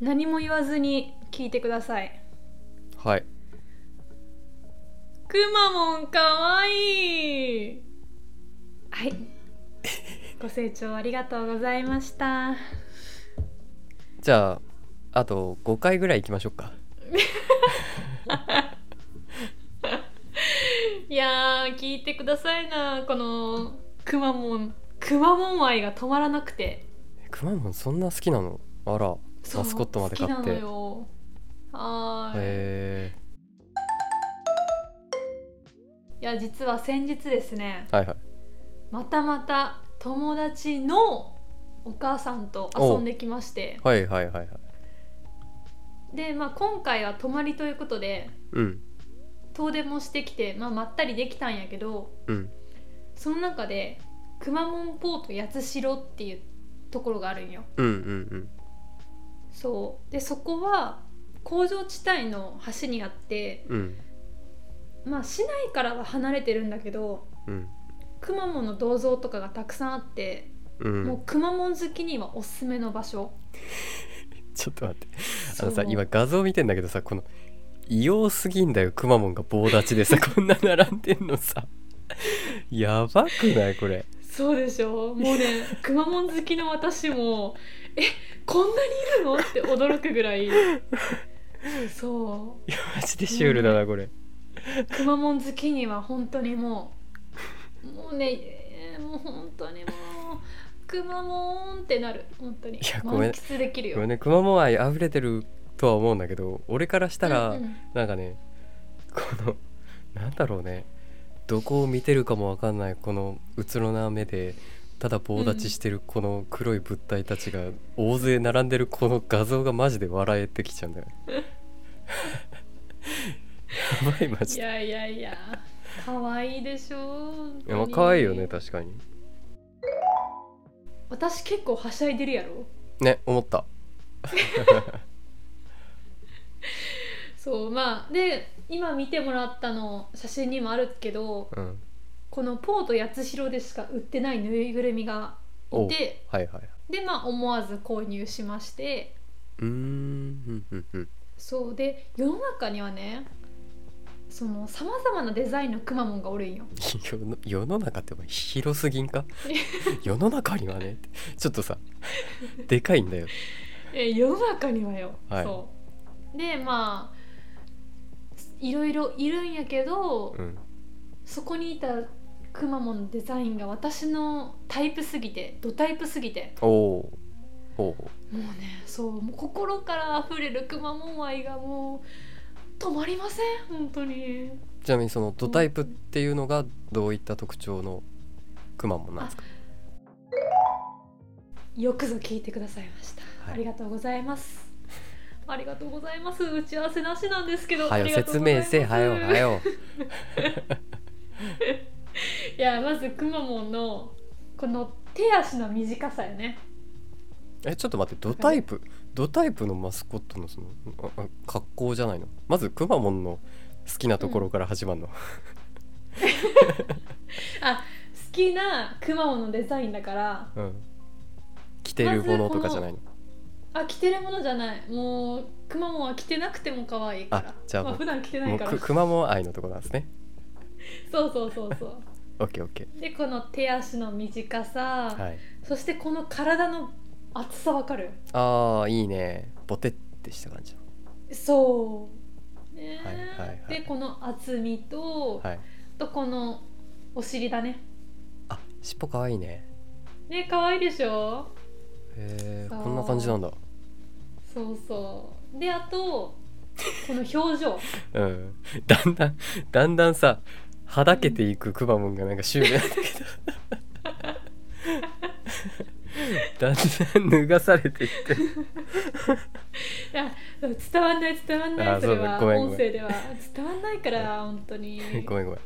何も言わずに聞いてくださいはいくまモンかわいい はいご清聴ありがとうございましたじゃああと5回ぐらい行きましょうかいやー聞いてくださいなこのくまモンくまモン愛が止まらなくてくまモンそんな好きなのあらマスコットまで買そうっ好きなてのよはーい、へいや実は先日ですねえはいはいまたまた友達のお母さんと遊んできましてはいはいはいはいで、まあ、今回は泊まりということでうん遠出もしてきて、まあ、まったりできたんやけどうんその中でくまモンポート八代っていうところがあるんようんうんそうでそこは工場地帯の橋にあってうんうんまあ市内からは離れてるんだけどうんくまモンの銅像とかがたくさんあって、うんもうくまモン好きにはおすすめの場所ちょっと待ってあそのさう今画像見てんだけどさこの異様すぎんだよくまモンが棒立ち でさこんな並んでんのさやばくないこれそうでしょもう ねくまモン好きの私もえこんなにいるのって驚くぐら いそいやマジでシュールだなこれうくまモン好きには本当にもうもうね、えーもう本当にもうくまモンってなる本当にいや満ごめん喫できるよこれねくまモン愛溢れてるとは思うんだけど俺からしたら、うんうんなんかねこのなんだろうねどこを見てるかもわかんないこのうつろな目でただ棒立ちしてるこの黒い物体たちが大勢並んでるこの画像がマジで笑えてきちゃうんだよね。やばいマいジで。やいやいや可愛いでしょ本当まあに可愛いよね確かに。私結構はしゃいでるやろね思った。そうまあで今見てもらったの写真にもあるけどうん。このポート八代でしか売ってないぬいぐるみがおいうてはいはい。でまあ思わず購入しましてうーんうんうんうん。 そうで世の中にはねそのさまざまなデザインのくまモンがおるんよ世の世の中ってお前広すぎんか世の中にはねってちょっとさでかいんだよ。え世の中にはよ、はいそうでまあいろいろいるんやけど、うん。そこにいたくまモンのデザインが私のタイプすぎてドタイプすぎておおほうほもうねそうもう心から溢れるくまモン愛がもう止まりません本当にうちなみにそのドタイプっていうのがどういった特徴のくまモンなんですかよくぞ聞いてくださいました、はいありがとうございますありがとうございます打ち合わせなしなんですけどはあよりがと説うござい明ますせはよはよいやまずくまモンのこの手足の短さよね えちょっと待ってドタイプドタイプのマスコットのそのああ格好じゃないのまずくまモンの好きなところから始まるの、好きなくまモンのデザインだからうん着てるものとかじゃないのあ着てるものじゃないもうくまモンは着てなくても可愛いからあじゃあまあ、もう普段着てなもいうからくくまモン愛のとこなんですねそうそうそうそうオッケーオッケでこの手足の短さ、ーはいそしてこの体の厚さわかるあーいいねボテってした感じのそう、ねえはいはいはいでこの厚みと、はいとこのお尻だねあ尻尾かわいいねね可愛いでしょへえそうこんな感じなんだそうそうであとこの表 情うんだんだんだんだんさはだけていくくまモンがなんかシュールなんだけどだんだん脱がされていって伝わんない伝わんなあいそれそうはだごめんごめん音声では伝わんないから本当にごめんごめん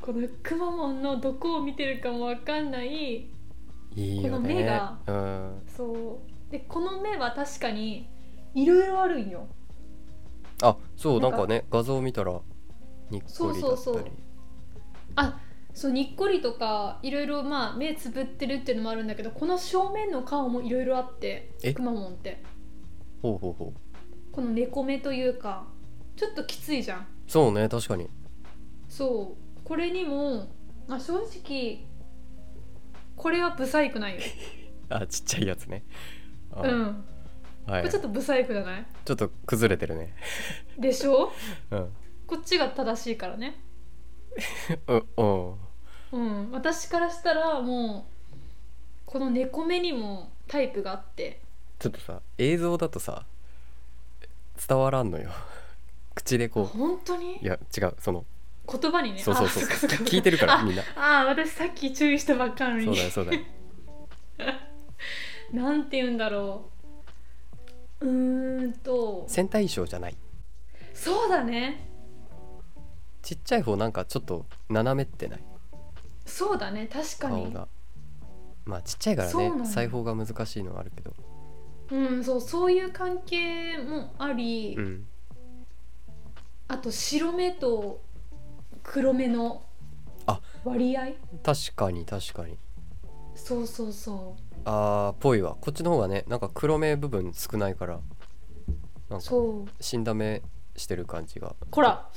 このくまモンのどこを見てるかもわかんないいいよこの目ねがうんそうでこの目は確かにいろいろあるんよあそうななんんかかね画像見たらにっこりだったりそうそうそうあそうにっこりとかいろいろまあ目つぶってるっていうのもあるんだけどこの正面の顔もいろいろあってえくまモンってほうほうほうこの猫目というかちょっときついじゃんそうね確かにそうこれにも、まあ、正直これはブサイクないよ、あちっちゃいやつねあうん、はこいれちょっとブサイクじゃないちょっと崩れてるねでしょうんこっちが正しいからねうんうんうん私からしたらもうこの猫目にもタイプがあってちょっとさ映像だとさ伝わらんのよ 口でこ本当にういや違うその言葉にねそうそうそうあっかっか聞いてるからあみんなああ私さっき注意したばっかなのそうにだよそうだよなんて言うんだろううーんと戦隊衣装じゃないそうだねちっちゃい方なんかちょっと斜めってないそうだね確か顔にがまあちっちゃいからそうなのね裁縫が難しいのはあるけどうんそうそういう関係もあり、うんあと白目と黒目のあ割合確かに確かにそうそうそあーぽいわこっちの方がねなんか黒目部分少ないからなんうかそう死んだ目してる感じがこ ら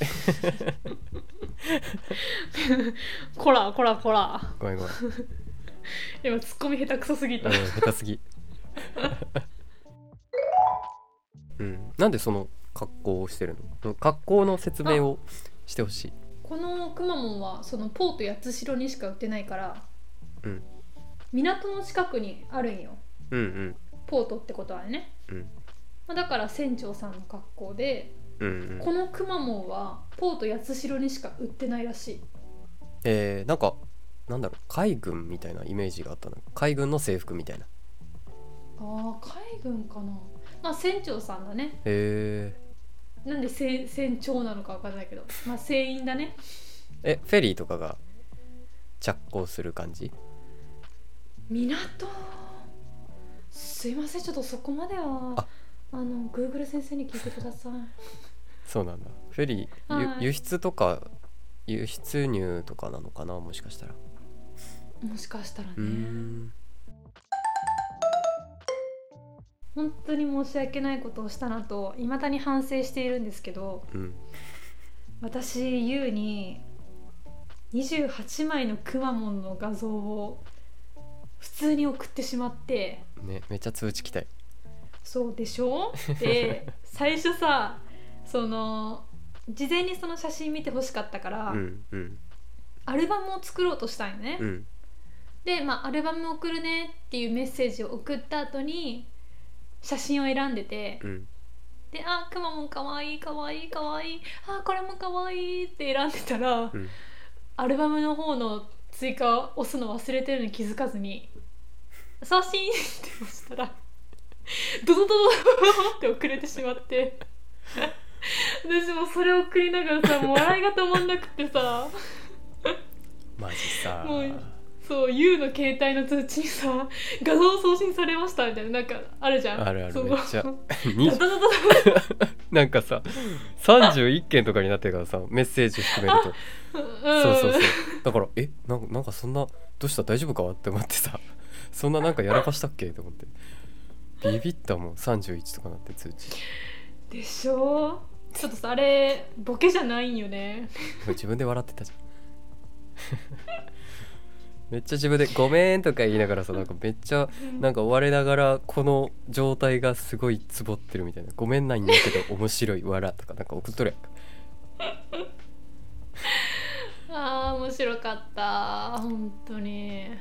こらこらこらごめ んごめん、うん、今ツッコミ下手くそすぎた、下手すぎ うんなんでその格好をしてるのその格好の説明をしてほしいこのくまモンはそのポート八代にしか売ってないから、うん港の近くにあるんようんうんポートってことはね、うんまあ、だから船長さんの格好でうんうんこのくまモンはポート八代にしか売ってないらしいえー、なんかなんだろう海軍みたいなイメージがあったの海軍の制服みたいなああ海軍かなまあ船長さんだねへーなんで船船長なのかわかんないけどまあ船員だねえフェリーとかが着工する感じ港すいませんちょっとそこまではああのグーグル先生に聞いてくださいそうなんだフェリー、ゆはい輸出とか輸出入とかなのかなもしかしたらもしかしたらうーねん本当に申し訳ないことをしたなといまだに反省しているんですけどうん私ゆうに28枚のくまモンの画像を普通に送ってしまってねめっちゃ通知来たよそうでしょ で最初さその事前にその写真見てほしかったから、うんうんアルバムを作ろうとしたんよね、うんで、まあ「アルバム送るね」っていうメッセージを送った後に写真を選んでてうん「であくまモンかわいいかわいいかわいいあこれもかわいい」って選んでたらうんアルバムの方の追加を押すの忘れてるのに気づかずに「送信!」って押したらドドドドドって遅れてしまって私もそれを送りながらさもう笑いが止まんなくってさマジさもうそう YOU の携帯の通知にさ画像送信されましたみたいななんかあるじゃんあるあるそめっのちゃド にドドドドなんかさ31件とかになってるからさメッセージ含めるとうんそうそうそうだからえなんかなんかそんなどうした大丈夫かって思ってさそんななんかやらかしたっけと思ってビビったもん31とかなって通知でしょちょっとさあれボケじゃないんよねでも自分で笑ってたじゃん めっちゃ自分で「ごめん」とか言いながらさなんかめっちゃなんか我ながらこの状態がすごいツボってるみたいな「ごめんないんだけど面白い笑」とかなんか送っとるあー面白かった本当にやんい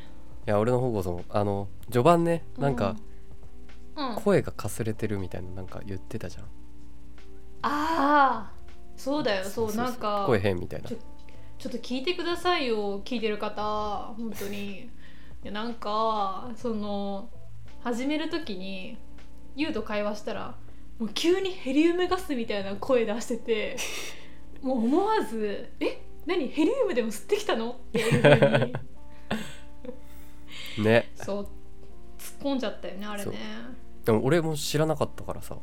や俺の方こそあの序盤ねなんかうん、うん、あ声がかすれてるみたいななんか言ってたじゃんあーそうだよそうなんか声変みたいなちょちょっと聞いてくださいよ聞いてる方本当にいやなんかその始める時にユウと会話したらもう急にヘリウムガスみたいな声出して てもう思わず「え何ヘリウムでも吸ってきたの?」っていうふうにねそう突っ込んじゃったよねあれねでも俺も知らなかったからさ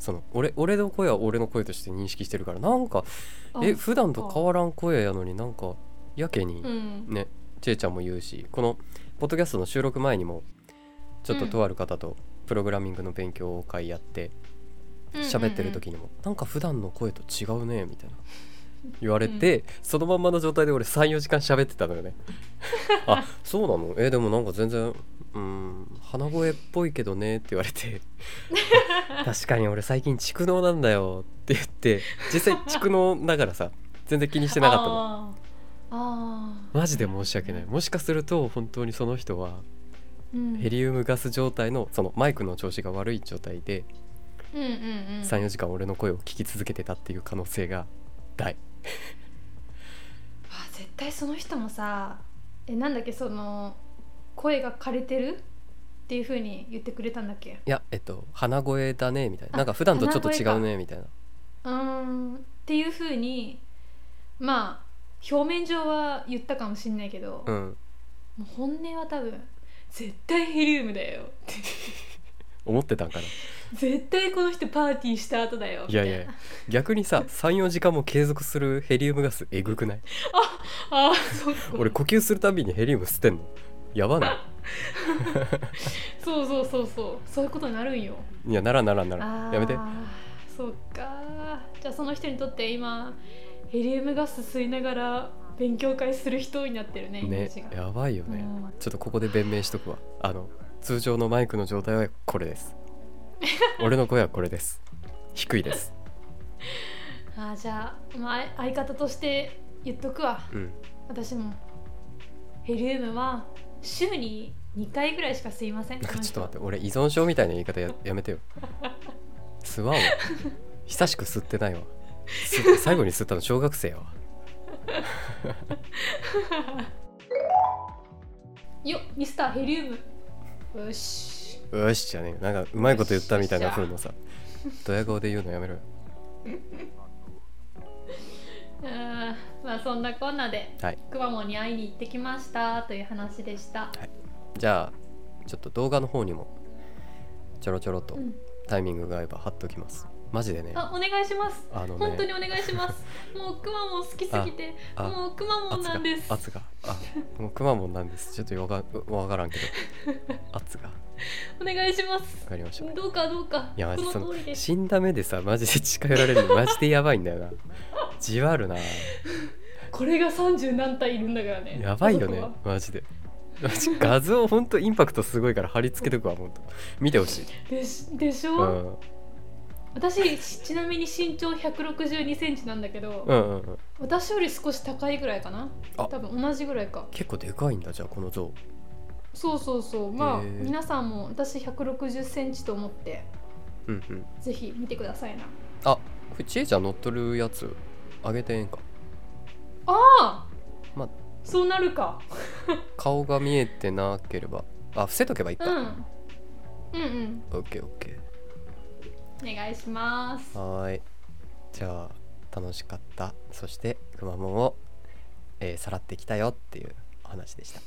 その俺俺の声は俺の声として認識してるからなんかあえ普段と変わらん声やのになんかやけにうんねちえちゃんも言うしこのポッドキャストの収録前にもちょっととある方とプログラミングの勉強会やって喋ってる時にも、なんか普段の声と違うねみたいな言われて、そのまんまの状態で俺34時間喋ってたのよねあそうなのえでもなんか全然うん鼻声っぽいけどねって言われてあ確かに俺最近蓄能なんだよって言って実際蓄能だからさ全然気にしてなかったののあーあマジで申し訳ないもしかすると本当にその人はー、うん、ヘリウムガス状態のそのマイクの調子が悪い状態でうんうんうん34時間俺の声を聞き続けてたっていう可能性が大わあ絶対その人もさえなんだっけその声が枯れてるっていう風に言ってくれたんだっけいやえっと鼻声だねみたいなあなんか普段とちょっと違う鼻ねみたいなうーんっていう風にまあ表面上は言ったかもしんないけど、うんもう本音は多分絶対ヘリウムだよって思ってたんかな絶対この人パーティーした後だよいやいや逆にさ34時間も継続するヘリウムガスえぐくないああそっか 俺呼吸するたびにヘリウム吸ってんのやばなそうそうそうそうそういうことになるんよいいやならんならんならあんーやめてそっかじゃあその人にとって今ヘリウムガス吸いながら勉強会する人になってるねイメねージが、やばいよねうんちょっとここで弁明しとくわあの通常のマイクの状態はこれです俺の声はこれです低いですあーじゃあ、まああい、相方として言っとくわうん私もヘリウムは週に2回ぐらいしか吸いませんなんかちょっと待って俺依存症みたいな言い方ややめてよ吸わんわ久しく吸ってないわ 吸最後に吸ったの小学生やわってよっミスターヘリウムよしよしじゃねえなんかうまいこと言ったみたいなふうのさドヤ顔で言うのやめろようーんまあそんなこんなではいくまモンに会いに行ってきましたという話でしたじゃあちょっと動画の方にもちょろちょろとうんタイミングが合えば貼っときますマジでねあお願いしますあの本当ねにお願いします。もうくまモン好きすぎて、ああもうくまモン圧ながんです。圧があもうくまモンなんですちょっとわかわからんけ ど圧がわお願いします。かりましたどうかどうか。いやマジこそのの通りです。死んだ目でさマジで 近寄られるのマジでやばいんだよなじわるなこれが三十何体いるんだからね。やばいよねあそこはマジでマジ画像ほんとインパクトすごいから貼り付けとくわほんと見てほしい、でしでしうょ。ん、うん私しちなみに身長百六十二センチなんだけど、うんうん私より少し高いぐらいかな。あ多分同じぐらいか。結構でかいんだじゃあこの像そうそうそう。まあへえ皆さんも私百六十センチと思ってうんうんぜひ見てくださいな。あこれちえちゃん乗っとるやつあげてええんかああ。まあそうなるか。顔が見えてなければあ伏せとけばいいか、うん。うんうん。オッケーオッケお願いしますー。はーいじゃあ楽しかったそしてくまモンを、えーさらってきたよっていうお話でした